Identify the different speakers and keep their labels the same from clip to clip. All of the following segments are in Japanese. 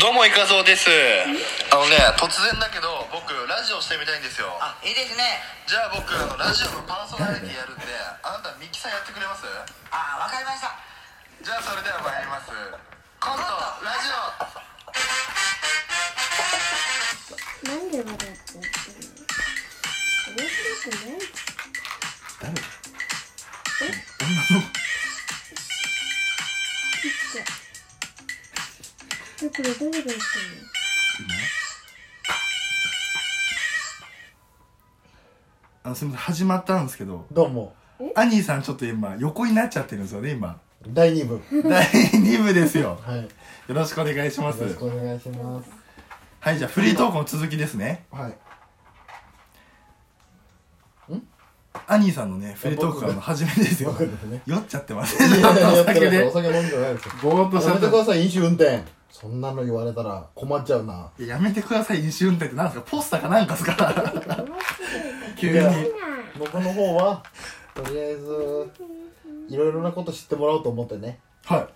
Speaker 1: どうもいかぞうですあのね突然だけど僕ラジオしてみたいんですよ
Speaker 2: あいいですね
Speaker 1: じゃあ僕あのラジオのパーソナリティやるんであなたミキさんやってくれます
Speaker 2: あわかりました
Speaker 1: じゃあそれでは参りますコントラジオ
Speaker 3: なんで笑っちゃったの面白くないえ女のちっちゃいえこれ誰が言った
Speaker 4: あのすみません始まったんですけど
Speaker 5: どうも
Speaker 4: アニーさんちょっと今横になっちゃってるんですよね 今
Speaker 5: 第2部
Speaker 4: 第2部ですよ
Speaker 5: はいよ
Speaker 4: よろしくお願いします
Speaker 5: ろしくお願いします
Speaker 4: はいじゃあフリートークの続きですね
Speaker 5: はい
Speaker 4: アニーさんのねフリートークからの始めですよ
Speaker 5: 僕ですね
Speaker 4: 酔っちゃってますねちょっとお酒
Speaker 5: お
Speaker 4: で
Speaker 5: 酒飲んでないですよ
Speaker 4: ぼーっとしち
Speaker 5: や
Speaker 4: ゃっ
Speaker 5: め
Speaker 4: てた
Speaker 5: ください飲酒運転そんなの言われたら困っちゃうない
Speaker 4: ややめてください飲酒運転ってなんですかポスターかなんか ですか急に
Speaker 5: いや
Speaker 3: の
Speaker 5: 僕の方はとりあえずいろいろなこと知ってもらおうと思ってね
Speaker 4: は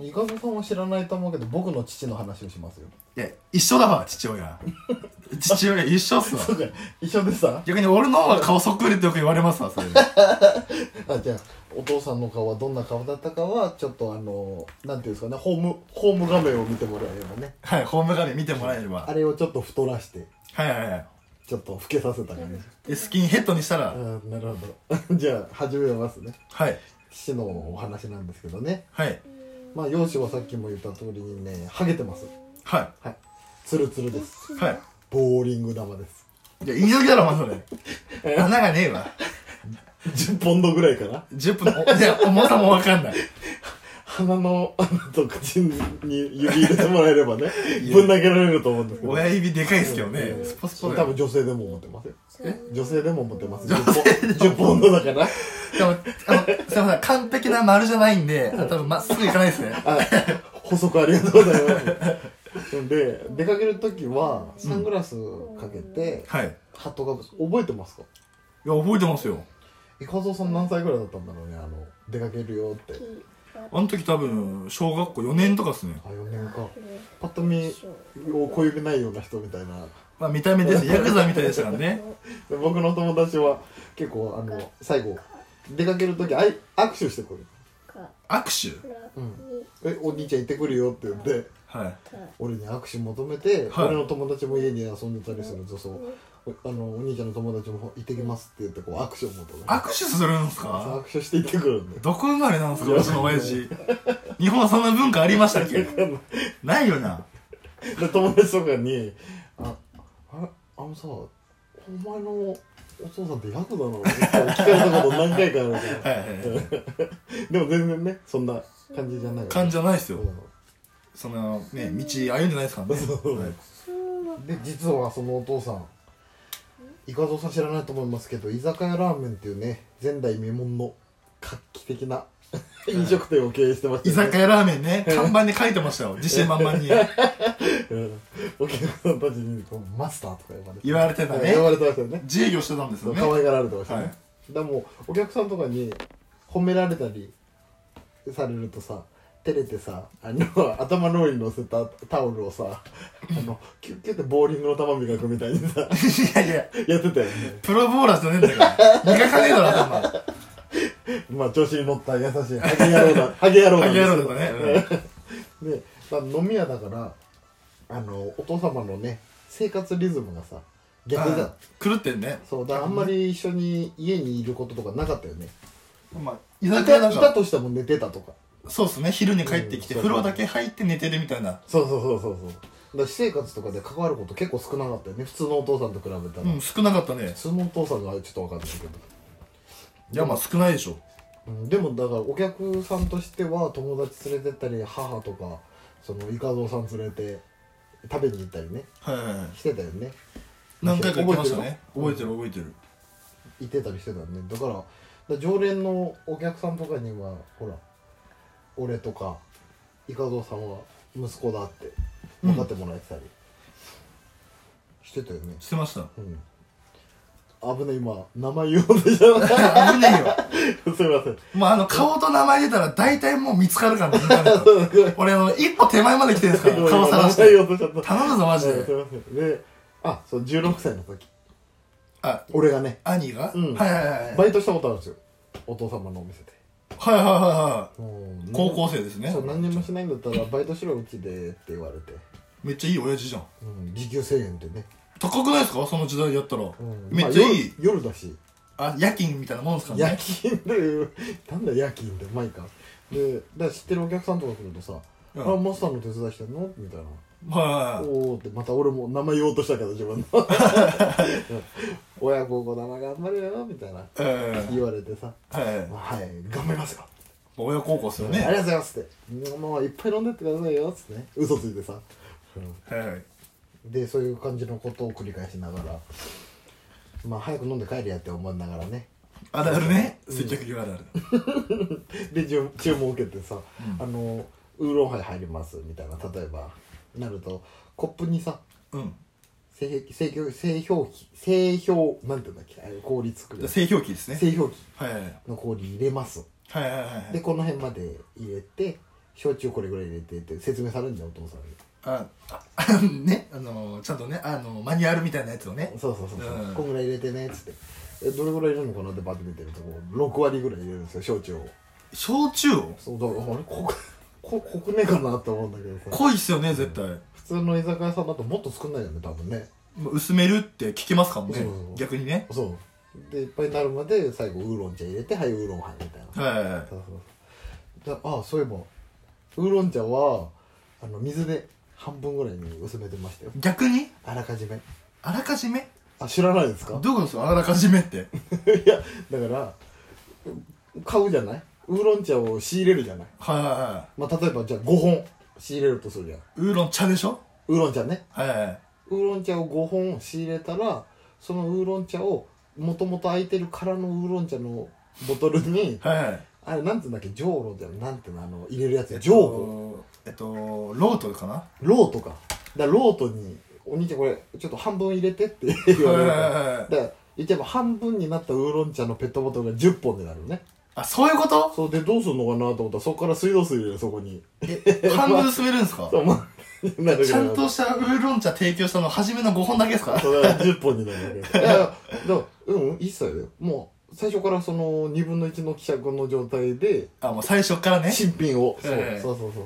Speaker 5: イカゾさんは知らないと思うけど僕の父の話をしますよ
Speaker 4: いいや一緒だわ父親父親一緒っすわ
Speaker 5: そうか一緒でさ
Speaker 4: 逆に俺の方が顔そっくりってよく言われますわそれで
Speaker 5: あじゃあお父さんの顔はどんな顔だったかはちょっとあのなんていうんですかねホームホーム画面を見てもらえればね
Speaker 4: はいホーム画面見てもらえれば
Speaker 5: あれをちょっと太らして
Speaker 4: はいはいはい
Speaker 5: ちょっと老けさせた感じ
Speaker 4: でスキンヘッドにしたら、
Speaker 5: あーなるほど じゃあ始めますね
Speaker 4: はい
Speaker 5: 父のお話なんですけどね
Speaker 4: はい
Speaker 5: まあ容姿はさっきも言った通りにねハゲてます
Speaker 4: は
Speaker 5: はいツルツルです
Speaker 4: いはい
Speaker 5: ボーリング玉です
Speaker 4: いや言い時だろお前それ穴がねえわ
Speaker 5: 10ポンドぐらいかな
Speaker 4: 10分のおいや重さもわかんない
Speaker 5: 鼻の 穴と口に指入れてもらえればねぶん投げられると思うんですけど
Speaker 4: 親指でかいっすけどねスポス
Speaker 5: そ
Speaker 4: ポ
Speaker 5: れ
Speaker 4: だ
Speaker 5: 多
Speaker 4: よ
Speaker 5: 分女性でも持ってますよ
Speaker 3: え
Speaker 5: 女性でも持ってます10ポン10ポンドだから
Speaker 4: でもあのすいません完璧な丸じゃないんであ多分まっすぐいかないですね
Speaker 5: あ補足ありがとうございますで出かける時はサングラスかけて、
Speaker 4: はいいや
Speaker 5: ハットが覚えてますか
Speaker 4: 覚えてますよ
Speaker 5: イカゾウさん何歳ぐらいだったんだろうねあの出かけるよって
Speaker 4: あの時多分小学校4年とかっすね、
Speaker 5: あ4年かパッと見お小指ないような人みたいな
Speaker 4: まあ、見た目ですヤクザみたいでしたからね
Speaker 5: で僕の友達は結構あの最後出かける時あい握手してくる
Speaker 4: 握手
Speaker 5: 「えお兄ちゃん行ってくるよ」って言って
Speaker 4: はい
Speaker 5: 俺に握手求めて、
Speaker 4: はい
Speaker 5: 俺の友達も家に遊んでたりするとそうおあのお兄ちゃんの友達も「行ってきます」って言ってこう握手を求めて
Speaker 4: 握手するんすか
Speaker 5: 握手して行ってくるんで
Speaker 4: どこ生まれなんすかうちの親父日本はそんな文化ありましたっけないよな
Speaker 5: で友達とかに「あああのさお前のお父さんってヤクザなの?」って聞かれたこと何回かある
Speaker 4: はいはい
Speaker 5: か
Speaker 4: はい
Speaker 5: らでも全然ねそんな感じじゃない
Speaker 4: 感じじゃないです
Speaker 5: う
Speaker 4: よ
Speaker 5: ん
Speaker 4: そのね道歩んでないですからね
Speaker 5: そう
Speaker 4: はい
Speaker 5: で実はそのお父さんイカゾウさん知らないと思いますけど居酒屋ラーメンっていうね前代未聞の画期的な飲食店を経営してました
Speaker 4: 居
Speaker 5: よね、
Speaker 4: 酒屋ラーメンね看板で書いてましたよ自信満々に
Speaker 5: うんお客さんたちにこうマスターとか呼ばれて
Speaker 4: 言われてたね
Speaker 5: 呼ばれてましたよね
Speaker 4: 自営業してたんですよね
Speaker 5: 可愛がられてましたね、
Speaker 4: はい
Speaker 5: でもお客さんとかに褒められたりされるとさ照れてさあの頭の上に乗せたタオルをさあのキュッキュッてボーリングの球磨くみたいにさ
Speaker 4: いやいや
Speaker 5: やってたよね
Speaker 4: プロボーラーじゃねえんだから磨かねえだろ頭
Speaker 5: まあ調子に乗った優しいハゲ野 郎だハゲ野郎な
Speaker 4: ハ
Speaker 5: ん
Speaker 4: ゲ
Speaker 5: で
Speaker 4: 野
Speaker 5: すよ
Speaker 4: 郎とかねうん
Speaker 5: で、まあ、飲み屋だからあのお父様のね生活リズムがさ逆じゃん
Speaker 4: あー狂ってんね
Speaker 5: そうだからあんまり一緒に家にいることとかなかったよね
Speaker 4: まあ居
Speaker 5: い
Speaker 4: 酒
Speaker 5: た
Speaker 4: 屋ないん
Speaker 5: た
Speaker 4: か
Speaker 5: としても寝てたとか
Speaker 4: そうっすね昼に帰ってきて
Speaker 5: うん
Speaker 4: 風呂だけ入って寝てるみたいな
Speaker 5: そうそうそうそうそうだから私生活とかで関わること結構少なかったよね普通のお父さんと比べたら、
Speaker 4: うん少なかったね
Speaker 5: 普通のお父さんがちょっと分かんないけど、
Speaker 4: いやまあ少ないでしょ
Speaker 5: うん、でもだからお客さんとしては友達連れてったり母とかそのイカゾウさん連れて食べに行ったりね
Speaker 4: はいはいはい
Speaker 5: してたよね
Speaker 4: 何回か行きましたね覚えて
Speaker 5: る
Speaker 4: る覚えてる
Speaker 5: 行ってたりしてたねだからだから常連のお客さんとかにはほら俺とかイカゾウさんは息子だって分かってもらえてたりしてたよね、
Speaker 4: してました
Speaker 5: うん危ね今名前言おうとしたのす
Speaker 4: 危ねえよ。
Speaker 5: いません
Speaker 4: もうあの、顔と名前出たら大体もう見つかるから、みん なの俺あの、一歩手前まで来てるんですから、顔探し
Speaker 5: 名前 言お
Speaker 4: て。
Speaker 5: うとしちゃった
Speaker 4: 頼むぞ、マジ
Speaker 5: すい
Speaker 4: で。
Speaker 5: ませんであそう16歳の時
Speaker 4: あ、
Speaker 5: 俺がね
Speaker 4: 兄が、
Speaker 5: うん
Speaker 4: はいはいはい。はい
Speaker 5: バイトしたことあるんですよお父様のお店で
Speaker 4: はいはいはい。
Speaker 5: もう
Speaker 4: 高校生ですね
Speaker 5: そう。何にもしないんだったらバイトしろうちでって言われて、
Speaker 4: めっちゃいい親父じゃん。
Speaker 5: うん、時給1000円でね、
Speaker 4: 高くないですかその時代でやったら
Speaker 5: うん。
Speaker 4: めっちゃいい
Speaker 5: まあ。夜夜だし
Speaker 4: あ、夜勤みたいなもんですから
Speaker 5: 夜
Speaker 4: ね。
Speaker 5: 勤で なんだ夜勤でまあいいかでだから知ってるお客さんとか来るとさ「
Speaker 4: うん
Speaker 5: あマスターの手伝いしてんの?」みたいな「
Speaker 4: はいはいはい。
Speaker 5: おお」ってまた俺も名前言おうとしたけど自分のうん親孝行だな頑張れよみたいな
Speaker 4: ええ
Speaker 5: 言われてさ
Speaker 4: はいはい。
Speaker 5: 「はい頑張りますよ」
Speaker 4: 親孝行ですよ
Speaker 5: ありがとう
Speaker 4: ね。
Speaker 5: ございます」って「もういっぱい飲んでってくださいよ」っつってね嘘ついてさ、うん
Speaker 4: はいはい。
Speaker 5: でそういう感じのことを繰り返しながらまあ早く飲んで帰るやって思いながらね
Speaker 4: あるあるね。接客業あるある。
Speaker 5: で注注文を受けてさ、あのウーロンハイ入りますみたいな例えばなるとコップにさ
Speaker 4: うん。
Speaker 5: 製製氷製氷機製氷なんていうんだっけあれ氷作る
Speaker 4: 製氷機ですね。
Speaker 5: 製氷機
Speaker 4: はいはいはい。
Speaker 5: の氷入れます
Speaker 4: はいはいはいは
Speaker 5: で
Speaker 4: い。
Speaker 5: この辺まで入れて焼酎これぐらい入れてって説明されるんだよお父さんに
Speaker 4: あ、あね、あの、ちゃんとね、あの、マニュアルみたいなやつをね。
Speaker 5: そうそうそうそう、
Speaker 4: うん
Speaker 5: こんぐらい入れてねっつってえどれぐらい入れるのかなってバッて見てるとこう6割ぐらい入れるんですよ焼酎を
Speaker 4: 焼酎を
Speaker 5: そうだからあれここここねえかなと思うんだけどさ
Speaker 4: 濃いっすよね、絶対。
Speaker 5: 普通の居酒屋さんだともっと少ないよね多分ね
Speaker 4: まあ薄めるって聞きますからね
Speaker 5: そうそうそう。
Speaker 4: 逆にね。
Speaker 5: そうでいっぱいになるまで最後ウーロン茶入れてはいウーロンハイみたいな
Speaker 4: はいはいはい。
Speaker 5: そうそうでああそういえばウーロン茶はあの水で半分ぐらいに薄めてましたよ
Speaker 4: 逆に
Speaker 5: あらかじめ
Speaker 4: あらかじめ
Speaker 5: あ知らないです
Speaker 4: どうい
Speaker 5: か
Speaker 4: うことですかあらかじめって。
Speaker 5: いやだから買うじゃないウーロン茶を仕入れるじゃない、
Speaker 4: はいはいは
Speaker 5: まあ、例えばじゃあ5本仕入れるとするじゃん
Speaker 4: い。ウーロン茶でしょ
Speaker 5: ウーロン茶ね
Speaker 4: はいはいはい。
Speaker 5: ウーロン茶を5本仕入れたらそのウーロン茶をもともと空いてる空のウーロン茶のボトルに
Speaker 4: はいはい。
Speaker 5: あれなんていうんだっけジョーロだよなんていうのあの入れるやつ
Speaker 4: えっと
Speaker 5: よジョーロ
Speaker 4: えっと、ロートかな
Speaker 5: ロートかだからロートに「お兄ちゃんこれちょっと半分入れ て」って言われ
Speaker 4: はいはい
Speaker 5: るか
Speaker 4: はい
Speaker 5: ら
Speaker 4: は
Speaker 5: だ
Speaker 4: い
Speaker 5: から言っちゃえば半分になったウーロン茶のペットボトルが10本になるのね
Speaker 4: あ、そういうこと
Speaker 5: そうでどうするのかなと思ったらそこから水道水入れるそこ に
Speaker 4: え、半分薄めるんですか
Speaker 5: そうまあなるぐらい
Speaker 4: ちゃんとしたウーロン茶提供したの初めの5本だけですか
Speaker 5: それは10本になる わけいやいやだからうん一切だよもう最初からその2分の1の希釈の状態で
Speaker 4: あ、もう最初からね。
Speaker 5: 新品をそう,、
Speaker 4: ええ
Speaker 5: そうそうそうそう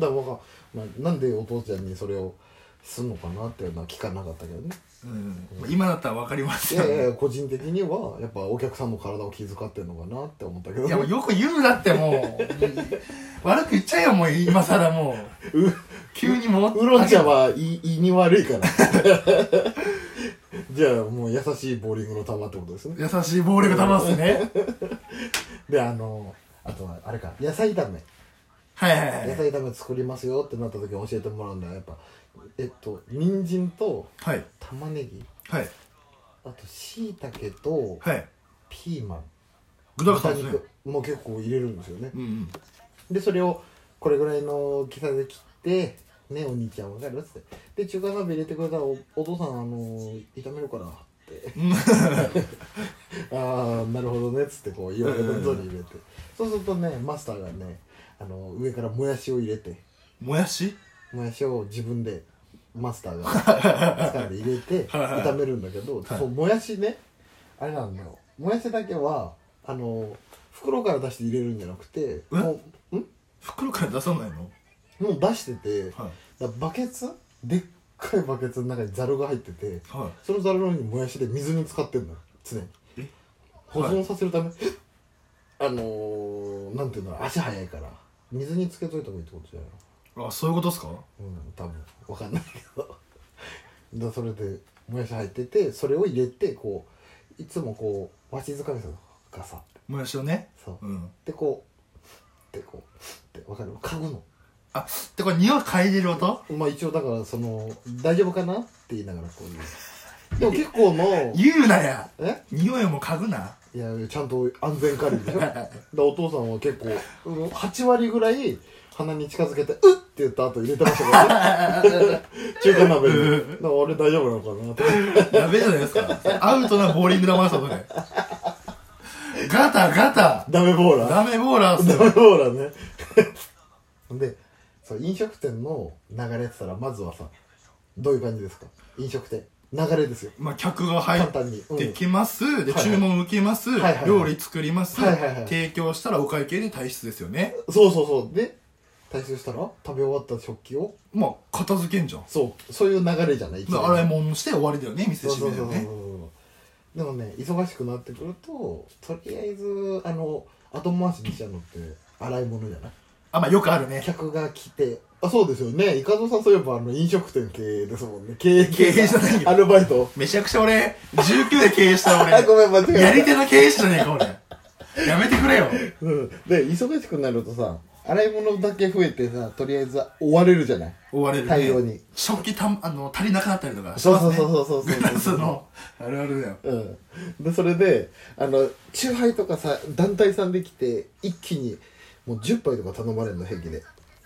Speaker 5: だからわか、まあ、なんでお父ちゃんにそれをすんのかなっていうのは聞かなかったけどね
Speaker 4: うん。今だったらわかります
Speaker 5: い
Speaker 4: よ
Speaker 5: や
Speaker 4: ね。
Speaker 5: いや個人的にはやっぱお客さんの体を気遣ってんのかなって思ったけど
Speaker 4: いやもうよく言うなってもう悪く言っちゃえよもう今さらもう
Speaker 5: う
Speaker 4: 急にも
Speaker 5: ウーロン茶は胃胃に悪いから じゃあもう優しいボーリングの球ってことですね
Speaker 4: 優しい暴力玉っすね
Speaker 5: であのあとはあれか野菜炒め
Speaker 4: はいはいは
Speaker 5: 野
Speaker 4: い
Speaker 5: 菜炒め作りますよってなった時に教えてもらうんだやっぱえっと人参と
Speaker 4: はい
Speaker 5: 玉ねぎ
Speaker 4: はい
Speaker 5: あとしいたけと
Speaker 4: はい
Speaker 5: ピーマン
Speaker 4: 具だくさんですね
Speaker 5: も結構入れるんですよね
Speaker 4: うんうん
Speaker 5: でそれをこれぐらいの大きさで切ってねお兄ちゃんわかるっつってで中華鍋入れてくれたらおお父さんあの炒めるからってああなるほどねっつってこう言われた通り入れてそうするとねマスターがねあの上からもやしを入れて
Speaker 4: もやし
Speaker 5: もやしを自分でマスターが掴んで入れて炒めるんだけど、そうもやしねあれなんだよもやしだけはあの袋から出して入れるんじゃなくて
Speaker 4: え
Speaker 5: もうん
Speaker 4: 袋から出さないの
Speaker 5: もう出してて、
Speaker 4: はい
Speaker 5: だからバケツでっかいバケツの中にザルが入ってて、
Speaker 4: はい
Speaker 5: そのザルの上にもやしで水に使ってんのよ常に
Speaker 4: え
Speaker 5: 保存させるため、 あのー、なんていうの足早いから水につけといた方がいいってことじゃないの
Speaker 4: あそういうことっすか
Speaker 5: うん多分わかんないけど だそれでもやし入っててそれを入れてこういつもこうわしづかみさんがさ
Speaker 4: もやしをね
Speaker 5: そう、
Speaker 4: うん
Speaker 5: でこうでこうってわかる嗅ぐの
Speaker 4: あでこれ匂い嗅いでる音
Speaker 5: まあ一応だからその大丈夫かなって言いながらこういうでも結構の
Speaker 4: 言うなや
Speaker 5: え
Speaker 4: 匂いも嗅ぐない
Speaker 5: いやちゃんと安全管理でしょでお父さんは結構うん8割ぐらい鼻に近づけて「うっ!」って言った後入れてましたからね 中華鍋にだから俺大丈夫なのかなって
Speaker 4: やべえじゃないですか。アウトなボーリング玉でした、それ。ガタガタ。
Speaker 5: ダメボーラー
Speaker 4: ダメボーラーっす
Speaker 5: ダ
Speaker 4: よ。
Speaker 5: メボーラーねでそう飲食店の流れって言ったらまずはさどういう感じですか飲食店流れですよ
Speaker 4: まあ、客が入ってきます。で、
Speaker 5: はい
Speaker 4: 注文受けます、
Speaker 5: はいはい
Speaker 4: 料理作ります、
Speaker 5: はいはいはい
Speaker 4: 提供したらお会計で退出ですよね。
Speaker 5: そうそうそうで退出したら食べ終わった食器を
Speaker 4: まあ、片付けんじゃん。
Speaker 5: そうそういう流れじゃない一
Speaker 4: ま
Speaker 5: 番
Speaker 4: あ洗い物して終わりだよね、店
Speaker 5: そう
Speaker 4: 閉
Speaker 5: そう
Speaker 4: めだ
Speaker 5: そ
Speaker 4: よ
Speaker 5: うそう
Speaker 4: ね。
Speaker 5: でもね忙しくなってくるととりあえずあの後回しにしちゃうのって洗い物じゃない
Speaker 4: あ、まあ、よくあるね。
Speaker 5: 客が来てあそうですよねイカゾさんそういえばあの飲食店経営ですもんね経営
Speaker 4: 経営じゃないよ
Speaker 5: アルバイト
Speaker 4: めちゃくちゃ俺、19で経営した
Speaker 5: あご
Speaker 4: 俺。
Speaker 5: めん間違えた
Speaker 4: やり手の経営者じゃねえか、俺。やめてくれよ。
Speaker 5: うん、で忙しくなるとさ洗い物だけ増えてさとりあえず追われるじゃない
Speaker 4: 追われる、ね。
Speaker 5: 対応に
Speaker 4: 食器たんあの足りなくなったりとかし
Speaker 5: そう
Speaker 4: ます
Speaker 5: そう
Speaker 4: ね。
Speaker 5: そうそうそう
Speaker 4: グラス
Speaker 5: そう
Speaker 4: の、あるあるだよ。
Speaker 5: うん、でそれであのチューハイとかさ団体さんできて一気にもう10杯とか頼まれるの平気で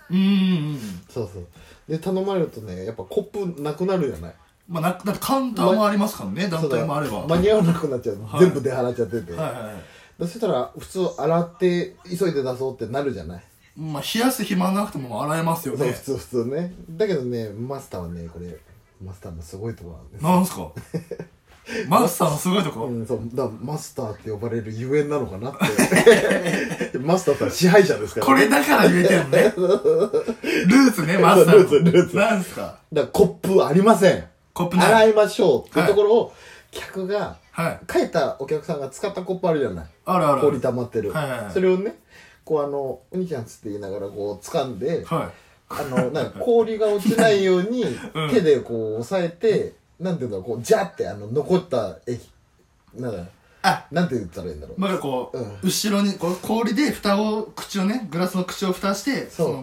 Speaker 4: うーん。
Speaker 5: そうそうで頼まれるとねやっぱコップなくなるじゃない
Speaker 4: まあ、なだってカウンターもありますからね、団
Speaker 5: そうだ
Speaker 4: 体もあれば。
Speaker 5: 間に合わなくなっちゃうの、
Speaker 4: はい
Speaker 5: 全部出払っちゃってて、
Speaker 4: はいはいはい。
Speaker 5: でそしたら普通洗って急いで出そうってなるじゃない
Speaker 4: まあ、冷やす暇なくても洗えますよ
Speaker 5: そう
Speaker 4: ね
Speaker 5: 普。通普通ねだけどねマスターはねこれマスターのすごいとこなんです
Speaker 4: なんす かマスターのすごいとこ、
Speaker 5: うん、そうだからマスターって呼ばれるゆえんなのか なってマスターってのは支配者ですから
Speaker 4: これだから言えてるのね。ルーツ ね、マスターの。
Speaker 5: ルーツルーツ
Speaker 4: なんすか
Speaker 5: だからコップありません
Speaker 4: コップな
Speaker 5: 洗
Speaker 4: い。
Speaker 5: いましょうっていうところを、客が
Speaker 4: はい。
Speaker 5: 帰ったお客さんが使ったコップあるじゃない
Speaker 4: あるある。
Speaker 5: 氷溜まってる、
Speaker 4: はいはいはい
Speaker 5: それをねこうあの「お兄ちゃん」っつって言いながらこう掴んで、
Speaker 4: は
Speaker 5: あのなんか氷が落ちないように
Speaker 4: うん
Speaker 5: 手でこう押さえて、なんていうんだろうこうジャってあの残った液なんだ
Speaker 4: い。あ、
Speaker 5: なんて言ったらいいんだろう
Speaker 4: まだこう、
Speaker 5: うん
Speaker 4: 後ろに、こう氷で蓋を、口をね、グラスの口を蓋して、
Speaker 5: そう
Speaker 4: その